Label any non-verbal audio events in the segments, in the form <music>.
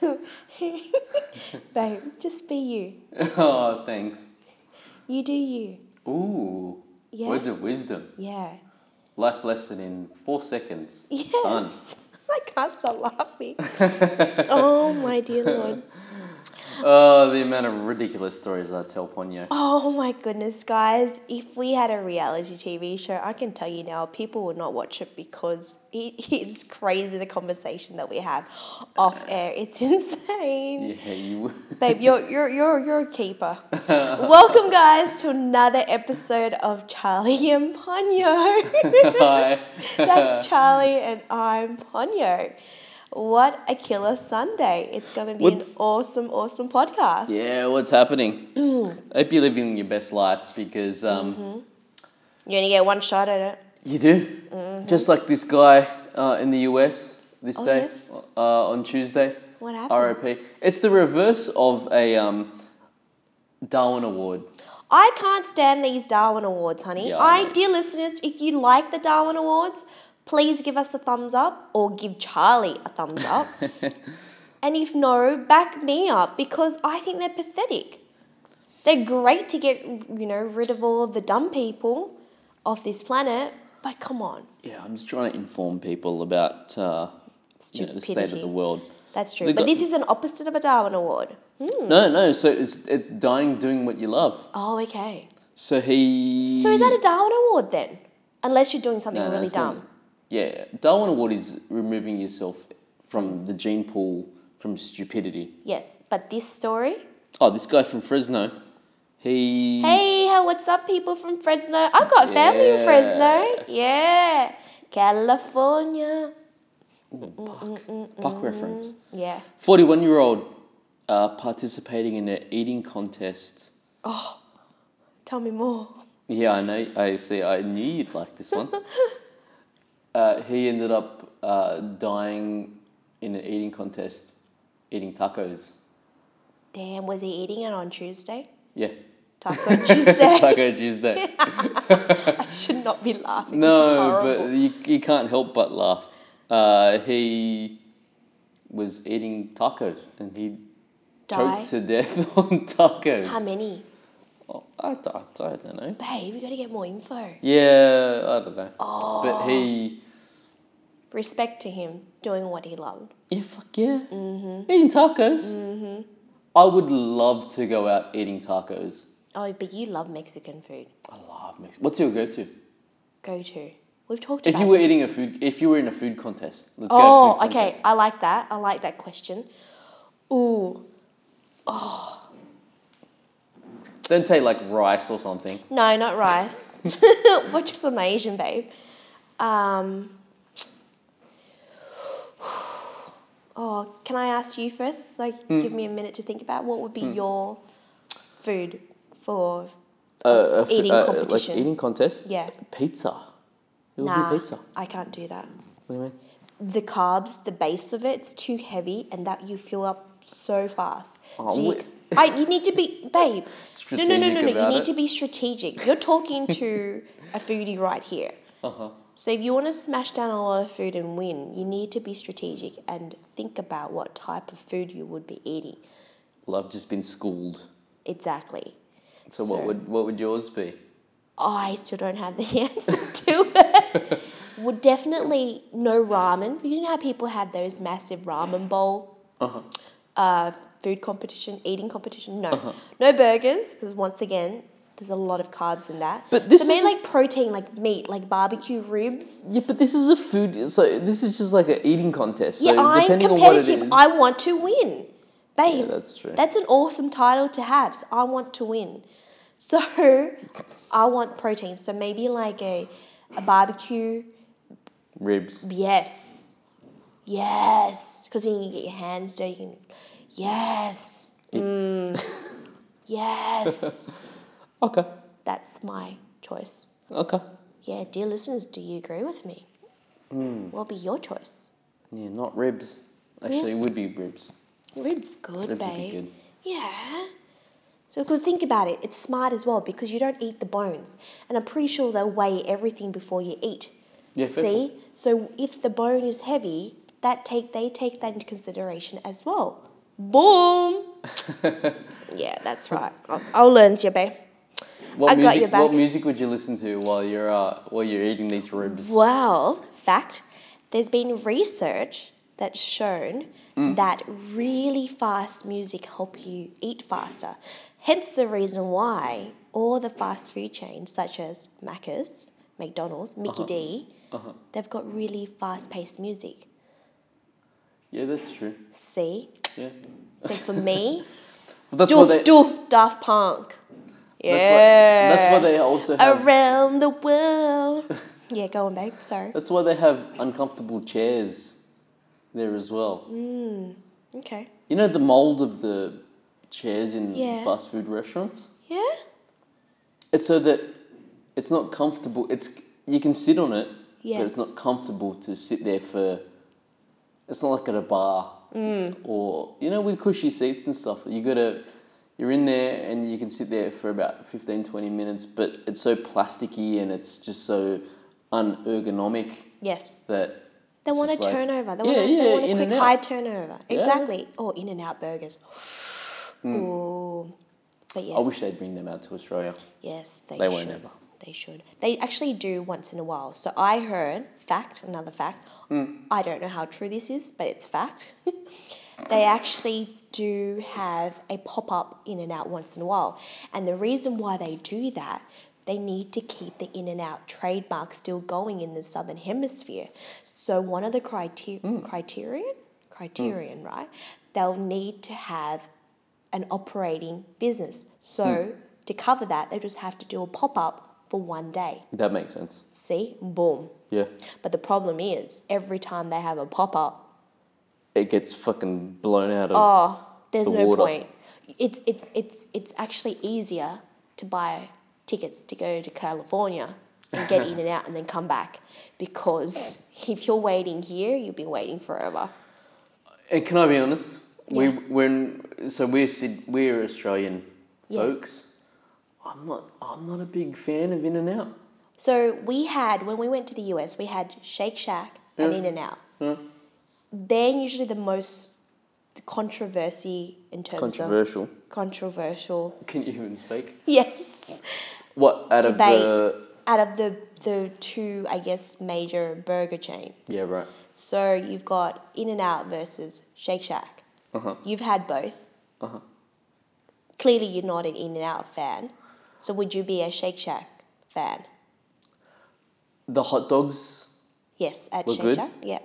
<laughs> Babe, just be you. <laughs> oh, thanks. You do you. Ooh. Yeah. Words of wisdom. Yeah. Life lesson in four seconds. Done. Yes. <laughs> I can't stop <laughs> laughing. oh my dear Lord. Oh, the amount of ridiculous stories I tell Ponyo. Oh my goodness, guys. If we had a reality TV show, I can tell you now, people would not watch it because it <laughs> is crazy the conversation that we have off air. It's insane. Yeah, you. Babe, you're, you're, you're, you're a keeper. Welcome, guys, to another episode of Charlie and Ponyo. <laughs> <laughs> Hi. <laughs> <laughs> That's Charlie and I'm Ponyo. What a killer Sunday. It's going to be an What's- awesome, awesome podcast. yeah, what's happening? Hope you're living your best life because um, Mm-hmm. You only get one shot at it. you do. Just like this guy uh, in the US this Mm-hmm. Oh, day yes. uh, on Tuesday. What happened? ROP. It's the reverse of a um, Darwin Award. <laughs> I can't stand these Darwin Awards, honey. Yeah, I I, know. dear listeners, if you like the Darwin Awards, please give us a thumbs up or give Charlie a <laughs> thumbs up. and if no, back me up because I think they're pathetic. They're great to get, you know, rid of all the dumb people off this planet, but come on, Yeah, I'm just trying to inform people about uh, you know, the state of Stupidity. the world. that's true. They but got- this is an opposite of a Darwin Award. No, no. So it's it's dying doing what you love. Oh, okay. So he. So is that a Darwin Award then? Unless you're doing something No, no, really it's not- dumb. yeah, Darwin Award is removing yourself from the gene pool from stupidity. Yes, but this story. Oh, this guy from Fresno, he. Hey, how, what's up, people from Fresno? I've got family in Fresno. Yeah, California. Mm, Puck reference. Yeah. Forty-one-year-old uh, participating in an eating contest. Tell me more. Yeah, I know. I see. I knew you'd like <laughs> this one. uh, he ended up uh, dying in an eating contest, eating tacos. Damn, was he eating it on Tuesday? Yeah, Taco <laughs> Tuesday. Taco Tuesday. <laughs> I should not be laughing. this no, is but horrible. you, you can't help but laugh. Uh, he was eating tacos and he Die. choked to death <laughs> on tacos. how many? Oh, I, d- I don't know. Babe, we gotta get more info. Yeah, I don't know. Oh. But he, Respect to him doing what he loved. yeah, fuck yeah, Mm-hmm. eating tacos. I would love to go out eating tacos. Oh, but you love Mexican food. I love Mexican. What's your go-to? Go to. We've talked If about you were eating a food, if you were in a food contest, let's go. Oh, food okay. contest. I like that. I like that question. Ooh. Don't say like rice or something. No, not <laughs> rice. <laughs> Watch us on my Asian babe. Um, <sighs> oh, can I ask you first? So Hmm. give me a minute to think about what would be your food for Uh, a f- Eating uh, like competition. eating contest. yeah. Pizza. It would Nah, be pizza. I can't do that. What do you mean? The carbs, the base of it, it's too heavy, and that you fill up so fast. Oh, so we- you, I, you need to be, babe. no, no, no, no, Strategic no. You about need it. to be strategic. You're talking to a foodie right here. Uh huh. So if you want to smash down a lot of food and win, you need to be strategic and think about what type of food you would be eating. Well, I've just been schooled. Exactly. So, what So- would what would yours be? Oh, I still don't have the <laughs> answer to it. would definitely no ramen. You know how people have those massive ramen bowl Uh-huh. uh, food competition, eating competition? No. Uh-huh. No burgers, because once again, there's a lot of carbs in that. But this so maybe is- like protein, like meat, like barbecue ribs. Yeah, but this is a food. So this is just like an eating contest. So yeah, I'm depending on what it competitive. is, I want to win. Babe, Yeah, that's true. That's an awesome title to have. So I want to win. <laughs> So I want protein. So maybe like a, a barbecue. ribs. Yes. Yes. Because then you can get your hands dirty. You can, yes. Mm. <laughs> yes. Okay. That's my choice. Okay. Yeah, dear listeners, do you agree with me? What'll be your choice? Yeah, not ribs. Actually, it would be ribs. Ribs good, Ribs would babe. be good. Yeah. So, because think about it, it's smart as well because you don't eat the bones. And I'm pretty sure they'll weigh everything before you eat. Yeah, fair See? So, if the bone is heavy, that take they take that into consideration as well. <laughs> Boom. yeah, that's right. I'll, I'll learn to obey. What I got music, your back. What music would you listen to while you're uh, while you're eating these ribs? Well, fact, there's been research that's shown Mm. that really fast music help you eat faster. Hence the reason why all the fast food chains such as Macca's, McDonald's, Mickey Uh-huh. D, they've got really fast-paced music. Yeah, that's true. See? Yeah, So <laughs> for me, But that's doof what they. doof Daft Punk. Yeah. That's, why, that's why they also have. around the <laughs> world. yeah, go on, babe. Sorry. That's why they have uncomfortable chairs there as well. Okay. You know the mold of the chairs in Yeah. fast food restaurants. Yeah. It's so that it's not comfortable. It's you can sit on it, but Yes. it's not comfortable to sit there for. It's not like at a bar Mm. or you know with cushy seats and stuff. You gotta, you're in there and you can sit there for about 15, 20 minutes, but it's so plasticky and it's just so unergonomic Yes. that They it's want a just like- turnover. They Yeah, want a, yeah, they want a in quick and out. high turnover. Yeah. Hmm. Exactly. Or In and Out burgers. Ooh. But yes. I wish they'd bring them out to Australia. Yes, they, They should. won't ever. They should. They actually do once in a while. So I heard fact, another fact. Mm. I don't know how true this is, but it's fact. <laughs> they actually do have a pop up in and out once in a while, and the reason why they do that. They need to keep the in and out trademark still going in the southern hemisphere. So one of the criteria, Mm. criterion, criterion, right? They'll need to have an operating business. So Hmm. to cover that, they just have to do a pop up for one day. That makes sense. See, boom. Yeah, But the problem is, every time they have a pop up, it gets fucking blown out of. oh, there's The no water. point. It's it's it's it's actually easier to buy tickets to go to California and <laughs> get in and out and then come back because if you're waiting here, you'll be waiting forever. And can I be honest? We Yeah. when so we're Syd- we're Australian Yes. folks. I'm not I'm not a big fan of In and Out. So we had when we went to the US, we had Shake Shack and Yeah. In and Out. Hmm. They're usually the most controversy in terms Controversial. of controversial. <laughs> Can you even speak? Yes, What out of Debate. the out of the the two, I guess, major burger chains. yeah right? So you've got In and Out versus Shake Shack. Uh huh. You've had both. Uh huh. Clearly, you're not an In and Out fan. So would you be a Shake Shack fan? The hot dogs, Yes, at Were Shake good? Shack. Yeah.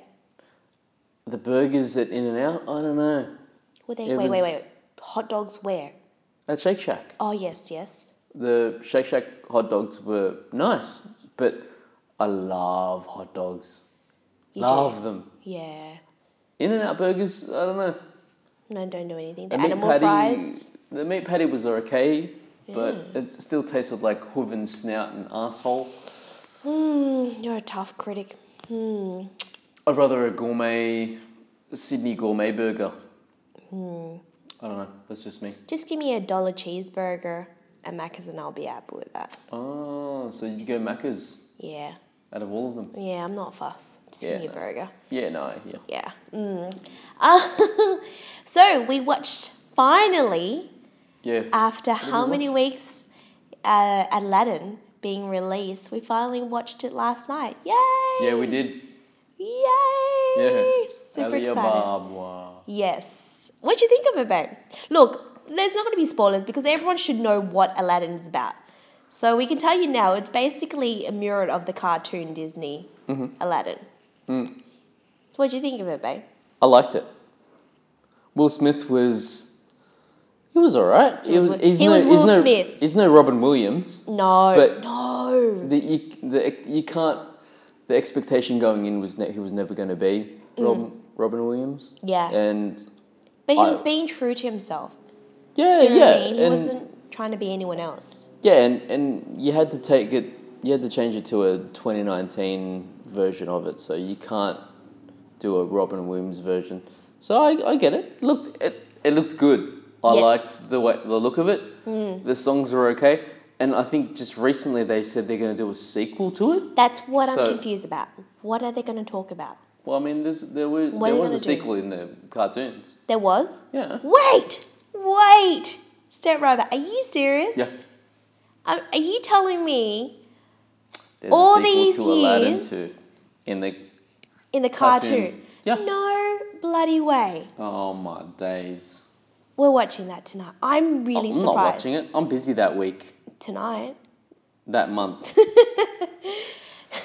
the burgers at In and Out. I don't know. Were they? It wait, wait, was- wait. Hot dogs where? At Shake Shack, Oh yes, yes. the Shake Shack hot dogs were nice, but I love hot dogs. You do. love them. Yeah. In and Out burgers. I don't know. No, don't do anything. The, The animal meat patty, fries. The meat patty was okay, but it still tasted like hoof and snout and asshole. Hmm, you're a tough critic. Hmm. I'd rather a gourmet Sydney gourmet burger. Hmm. I don't know. That's just me. Just give me a dollar cheeseburger and Macca's and I'll be happy with that. Oh, so you go Macca's Yeah. out of all of them? Yeah, I'm not fussed. Just Yeah, give me a no. burger. Yeah, no, yeah. Yeah. Mm. Uh, <laughs> so we watched finally, Yeah. after did how we many weeks, uh, Aladdin being released, we finally watched it last night. Yay! yeah, we did. Yay! Yeah. Super Alia excited. Baba. Yes. What do you think of it, babe? Look, there's not going to be spoilers because everyone should know what Aladdin is about. So we can tell you now, it's basically a mirror of the cartoon Disney Mm-hmm. Aladdin. Mm. So what do you think of it, babe? I liked it. Will Smith was. He was alright. He was was, Wi- he's he no, was he's Will no, Smith. He's no Robin Williams. No, But- no. the, you, the, you can't. The expectation going in was ne- he was never going to be Robin, Robin Williams. Mm. Yeah. And But he I- was being true to himself. yeah, Do you know yeah, what I mean? He and wasn't trying to be anyone else. yeah, and and you had to take it. You had to change it to a 2019 version of it, so you can't do a Robin Williams version. So I, I get it. Looked it, it looked good. I Yes. Mm. liked the way the look of it. The songs were okay, and I think just recently they said they're going to do a sequel to it. That's what I'm So- confused about. What are they going to talk about? Well, I mean, there's, there were What are there you was a gonna do? sequel in the cartoons. There was. Yeah. Wait, wait, Step Robot, are you serious? Yeah. Um, are you telling me There's All a sequel these to Aladdin years- too. In the in the Cartoon. cartoon? Yeah. No bloody way. oh my days. We're watching that tonight. I'm really I'm surprised. not watching it. I'm busy that week, Tonight. that month. <laughs>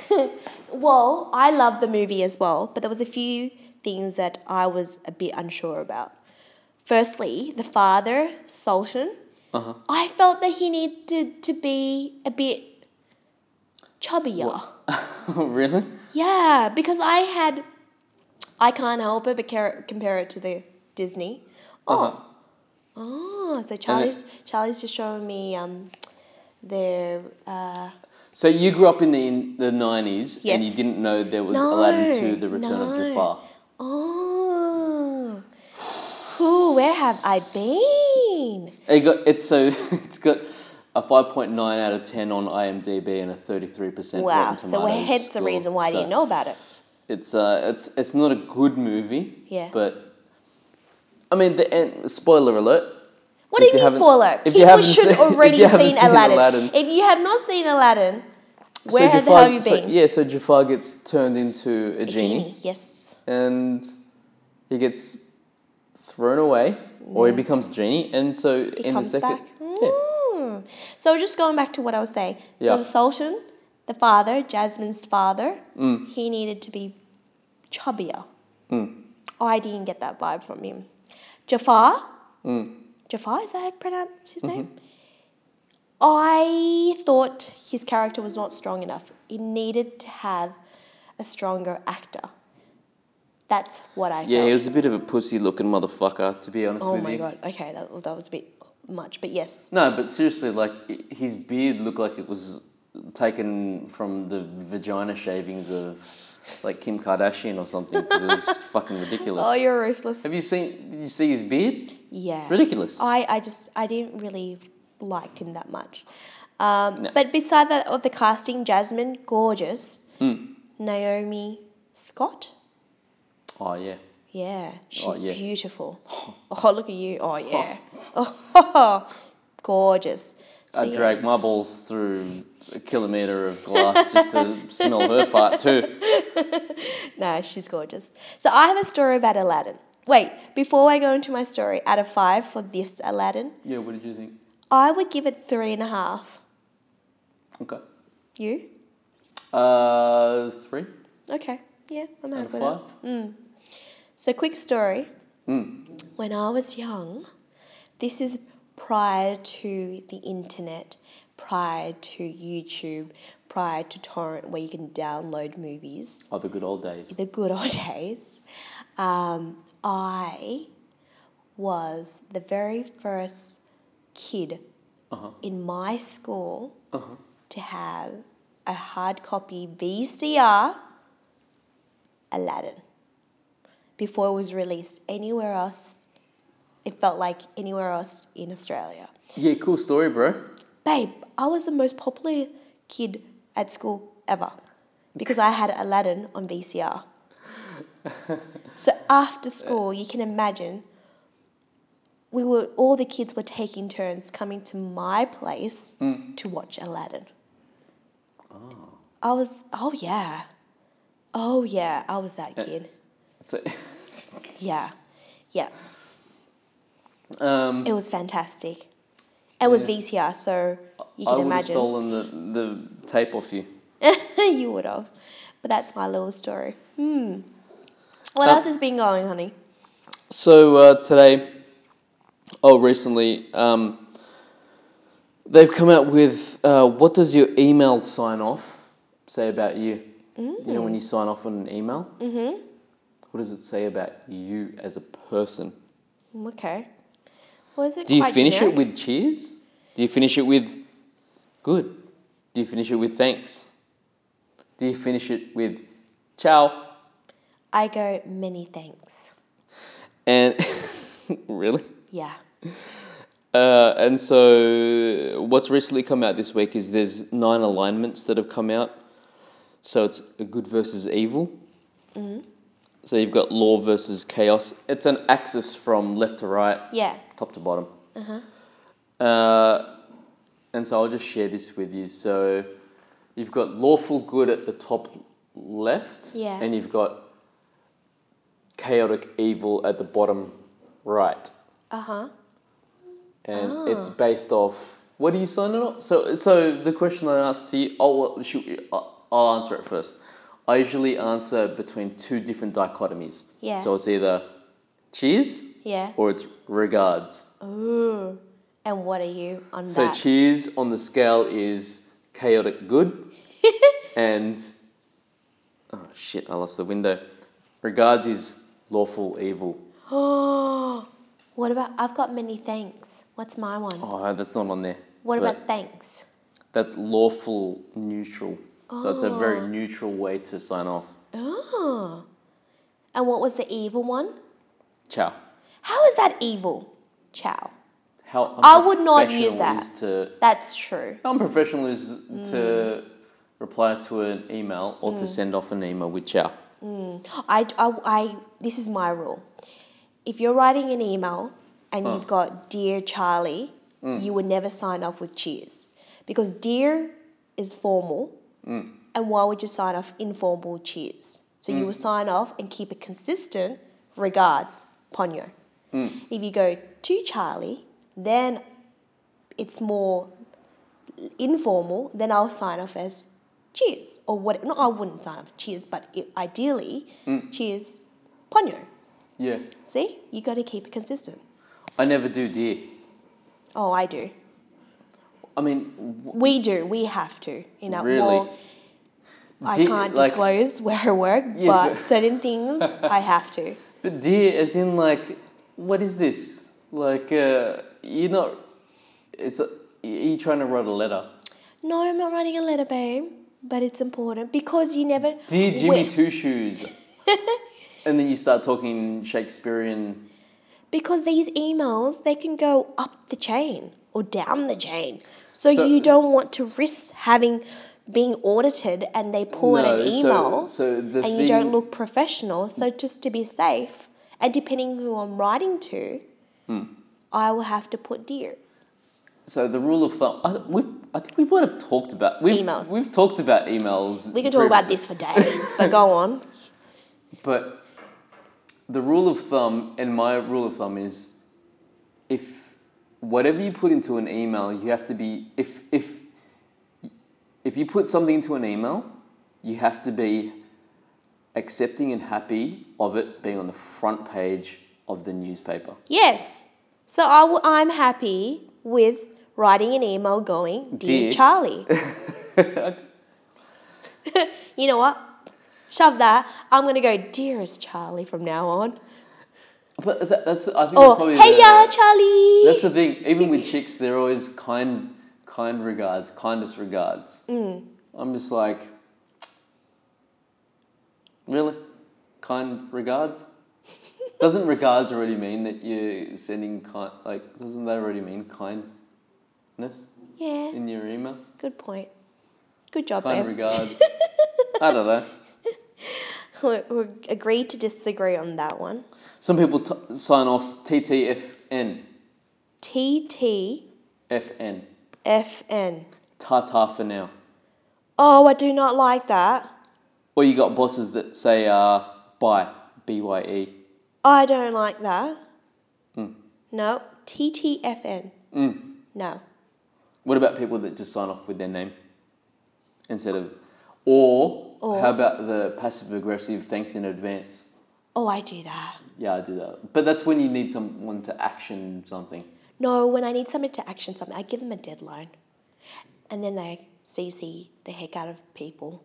Well, I love the movie as well, but there was a few things that I was a bit unsure about. Firstly, the father, Sultan. Uh-huh. I felt that he needed to be a bit chubbier. really? Yeah, because I had, I can't help it but care, compare it to the Disney. Oh, Uh-huh. oh, so Charlie's Charlie's just showing me um, their uh, So you grew up in the in the nineties, and you Yes. didn't know there was No, Aladdin two: The Return of no. Jafar. oh, Ooh, where have I been? It got it's so <laughs> it's got a five point nine out of ten on IMDb and a thirty three percent. Wow, so hence the reason why I didn't know about it. It's uh, it's it's not a good movie. Yeah. But I mean, the end. Spoiler alert. What If do you you mean haven't- spoiler? if you People haven't should seen- <laughs> if already you have haven't seen, seen Aladdin. Aladdin. If you have not seen Aladdin, So where have the Jafar- hell have you so- been? yeah, so Jafar gets turned into a genie. Genie, yes. and he gets thrown away or he becomes genie and so He in comes the second back. yeah Mm. So just going back to what I was saying. So Yeah. the Sultan, the father, Jasmine's father, Mm. he needed to be chubbier. I didn't get that vibe from him. Jafar, Mm. Jafar is that how you pronounce his name? Mm-hmm. I thought his character was not strong enough. It needed to have a stronger actor. That's what I yeah felt. he was a bit of a pussy looking motherfucker to be honest oh with my you god. Okay, that, was- that was a bit much, but yes. no but seriously like i- his beard looked like it was taken from the vagina shavings of like Kim Kardashian or something because it <laughs> was fucking ridiculous Oh, you're ruthless. have you seen did you see his beard Yeah. It's ridiculous I, I just I didn't really like him that much. Um, No. But beside that of the casting, Jasmine, gorgeous. Hmm. Naomi Scott, oh yeah yeah, she's yeah. <laughs> beautiful. Oh, look at you! Oh yeah, <laughs> oh, gorgeous. So, I yeah. dragged my balls through a kilometre of glass just to smell her fart too No, she's gorgeous. So I have a story about Aladdin. Wait, before I go into my story, out of five for this Aladdin, yeah what did you think I would give it three and a half. okay You? Uh, three Okay. Yeah, I'm out happy of with that. five. So, quick story. When I was young, this is prior to the internet, prior to YouTube, prior to torrent, where you can download movies. Oh, the good old days. The good old <laughs> days. Um, I was the very first kid Uh-huh. in my school Uh-huh. to have a hard copy VCR Aladdin before it was released anywhere else. It felt like anywhere else in Australia. Yeah, cool story, bro. Babe, I was the most popular kid at school ever because I had Aladdin on VCR. <laughs> so after school, you can imagine we were all the kids were taking turns coming to my place Mm. to watch Aladdin. I was oh yeah. Oh yeah, I was that Eh. kid. So, <laughs> Yeah. Yeah. um, It was fantastic. It was VCR, so you can I would have imagine. stolen the, the tape off you. <laughs> you would have. But that's my little story. Hmm. What Uh, else has been going, honey? So uh, today, oh, recently, um, they've come out with uh, what does your email sign off say about you? You know, Mm. when you sign off on an email, mm-hmm. what does it say about you as a person? Okay. Was it Do you quite finish generic? it with cheers? Do you finish it with good? Do you finish it with thanks? Do you finish it with ciao? I go many thanks. And <laughs> really? Yeah. Uh, and so, what's recently come out this week is there's nine alignments that have come out. So it's a good versus evil. So you've got law versus chaos. It's an axis from left to right, Yeah. top to bottom. Uh, and so I'll just share this with you. So you've got lawful good at the top left, Yeah. and you've got chaotic evil at the bottom right. Uh huh. and it's Ah. based off what are you signing up? So, so the question I asked to you, I'll, should- I'll- I'll answer it first. I usually answer between two different dichotomies. Yeah. So it's either cheers Yeah. or it's regards. Ooh. And what are you on So that? cheers on the scale is <laughs> chaotic good, and oh shit, I lost the window. Regards is lawful evil. Oh. <gasps> what about? I've got many thanks. What's my one? Oh, that's not on there. what But- about thanks? That's lawful neutral. So it's a very neutral way to sign off. Oh. And what was the evil one? Ciao. How is that evil? Chow. How I would not use unprofessional that. is to That's true. how unprofessional is Mm. to reply to an email or to send off an email with ciao. I, I, I, this is my rule. If you're writing an email and you've got Dear Charlie, you would never sign off with cheers because Dear is formal. And why would you sign off informal cheers? So you will sign off and keep it consistent. Regards, Ponyo. If you go to Charlie, then it's more informal, then I'll sign off as cheers or what? No, I wouldn't sign off cheers, but i ideally, Mm. cheers, ponyo. Yeah. See, you got to keep it consistent. I never do dear. Oh, I do. I mean, We do. We have to. You know, Really? well, I Dear- can't like- disclose where I work, Yeah, but but- certain things I have to. but dear as in like, what is this? Like, uh, you're not. It's a, you trying to write a letter. No, I'm not writing a letter, babe, but it's important because you never. Dear Jimmy Wait, Two <laughs> Shoes. and then you start talking Shakespearean. Because these emails, they can go up the chain or down the chain. So, So- you don't want to risk having being audited and they pull in an No, so- email so the and you don't thing- look professional. So just to be safe, and depending who I'm writing to, Hmm. I will have to put dear. So the rule of thumb. I, we've, I think we might have talked about we've, Emails. We've talked about emails. We can talk about previously. this for days, but go <laughs> on. But the rule of thumb, and my rule of thumb is, if whatever you put into an email, you have to be if if if you put something into an email, you have to be accepting and happy of it being on the front page of the newspaper. Yes. So I w- I'm happy with writing an email going, Dear, Dear. <laughs> Charlie. <laughs> you know what? Shove that. I'm going to go, Dearest Charlie, from now on. But that, that's I think Or, probably Oh, Hey the- ya, Charlie. That's the thing. Even with chicks, they're always kind, kind regards, kindest regards. I'm just like, really, kind regards. Doesn't regards already mean that you're sending kind? Like, doesn't that already mean kindness yeah, in your email? good point. Good job, Kind babe. regards. I don't know. <laughs> we we agreed to disagree on that one. Some people t- sign off TTFN, TTFN. FN, Tata for now. Oh, I do not like that. Or you got bosses that say uh, bye, B Y E. Oh, I don't like that. No. TTFN. No. What about people that just sign off with their name instead of, or, Or. how about the passive aggressive thanks in advance? Oh, I do that. Yeah, I do that. But that's when you need someone to action something. No, when I need somebody to action something, I give them a deadline. And then they CC the heck out of people.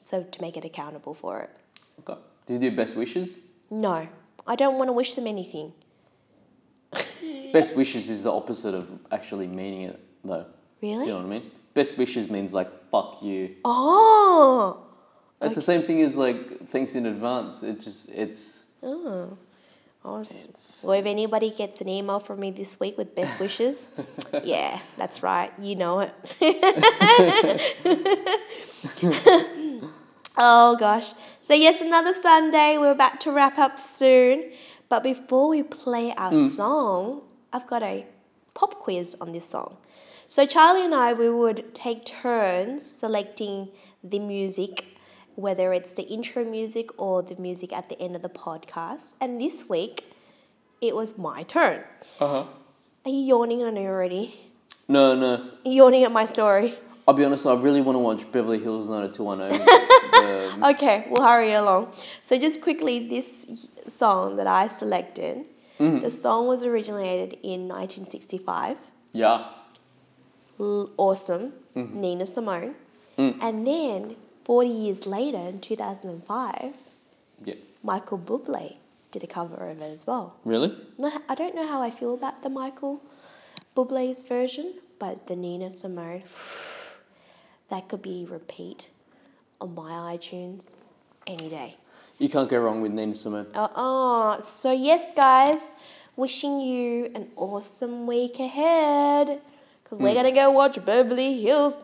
So to make it accountable for it. Okay. Do you do best wishes? No, I don't want to wish them anything. Best wishes is the opposite of actually meaning it, though. Do Really? you know what I mean? Best wishes means like fuck you. Oh. It's the same thing as like thanks in advance. It just it's Oh. I was, it's well, if anybody gets an email from me this week with best wishes, yeah, that's right. You know it. Oh gosh. So yes, another Sunday. We're about to wrap up soon, but before we play our song, I've got a pop quiz on this song. So Charlie and I, we would take turns selecting the music, whether it's the intro music or the music at the end of the podcast. And this week, it was my turn. Uh huh. Are you yawning on me already? No, no. Yawning at my story. I'll be honest. I really want to watch Beverly <laughs> Hills 90210. um, Okay, we'll hurry along. So, just quickly, this song that I selected, the song was originated in 1965. yeah. L- Awesome, Nina Simone. And then, 40 years later, in 2005, Yeah. Michael Bublé did a cover of it as well. Really? Not, I don't know how I feel about the Michael Bublé's version, but the Nina Simone, <sighs> that could be repeat on my iTunes any day. You can't go wrong with Nina Simone. Uh-uh. So, yes, guys, wishing you an awesome week ahead. Because we're going to go watch Beverly Hills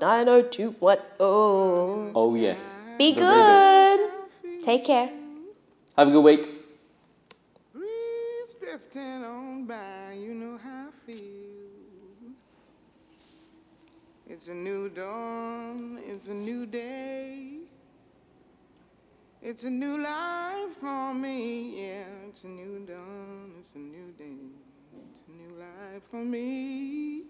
90210. Oh yeah. Be the reboot. good. Take care. Have a good week. Breeze drifting on by, you know how I feel. It's a new dawn, it's a new day. It's a new life for me, yeah. It's a new dawn, it's a new day. It's a new life for me.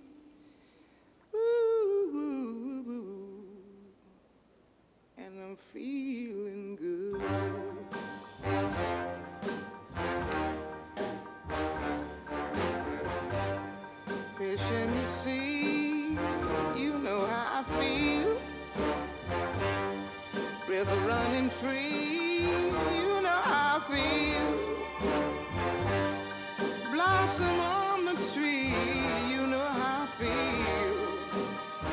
Ooh, ooh, ooh, ooh. And I'm feeling good. fish in the sea. You know how I feel. River running free. You know how I feel. Blossom on the tree. You know how I feel.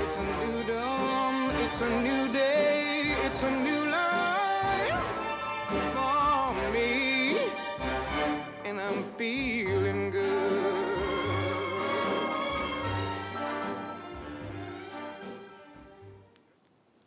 It's a new dawn. It's a new day. It's a new life for me. And I'm feeling.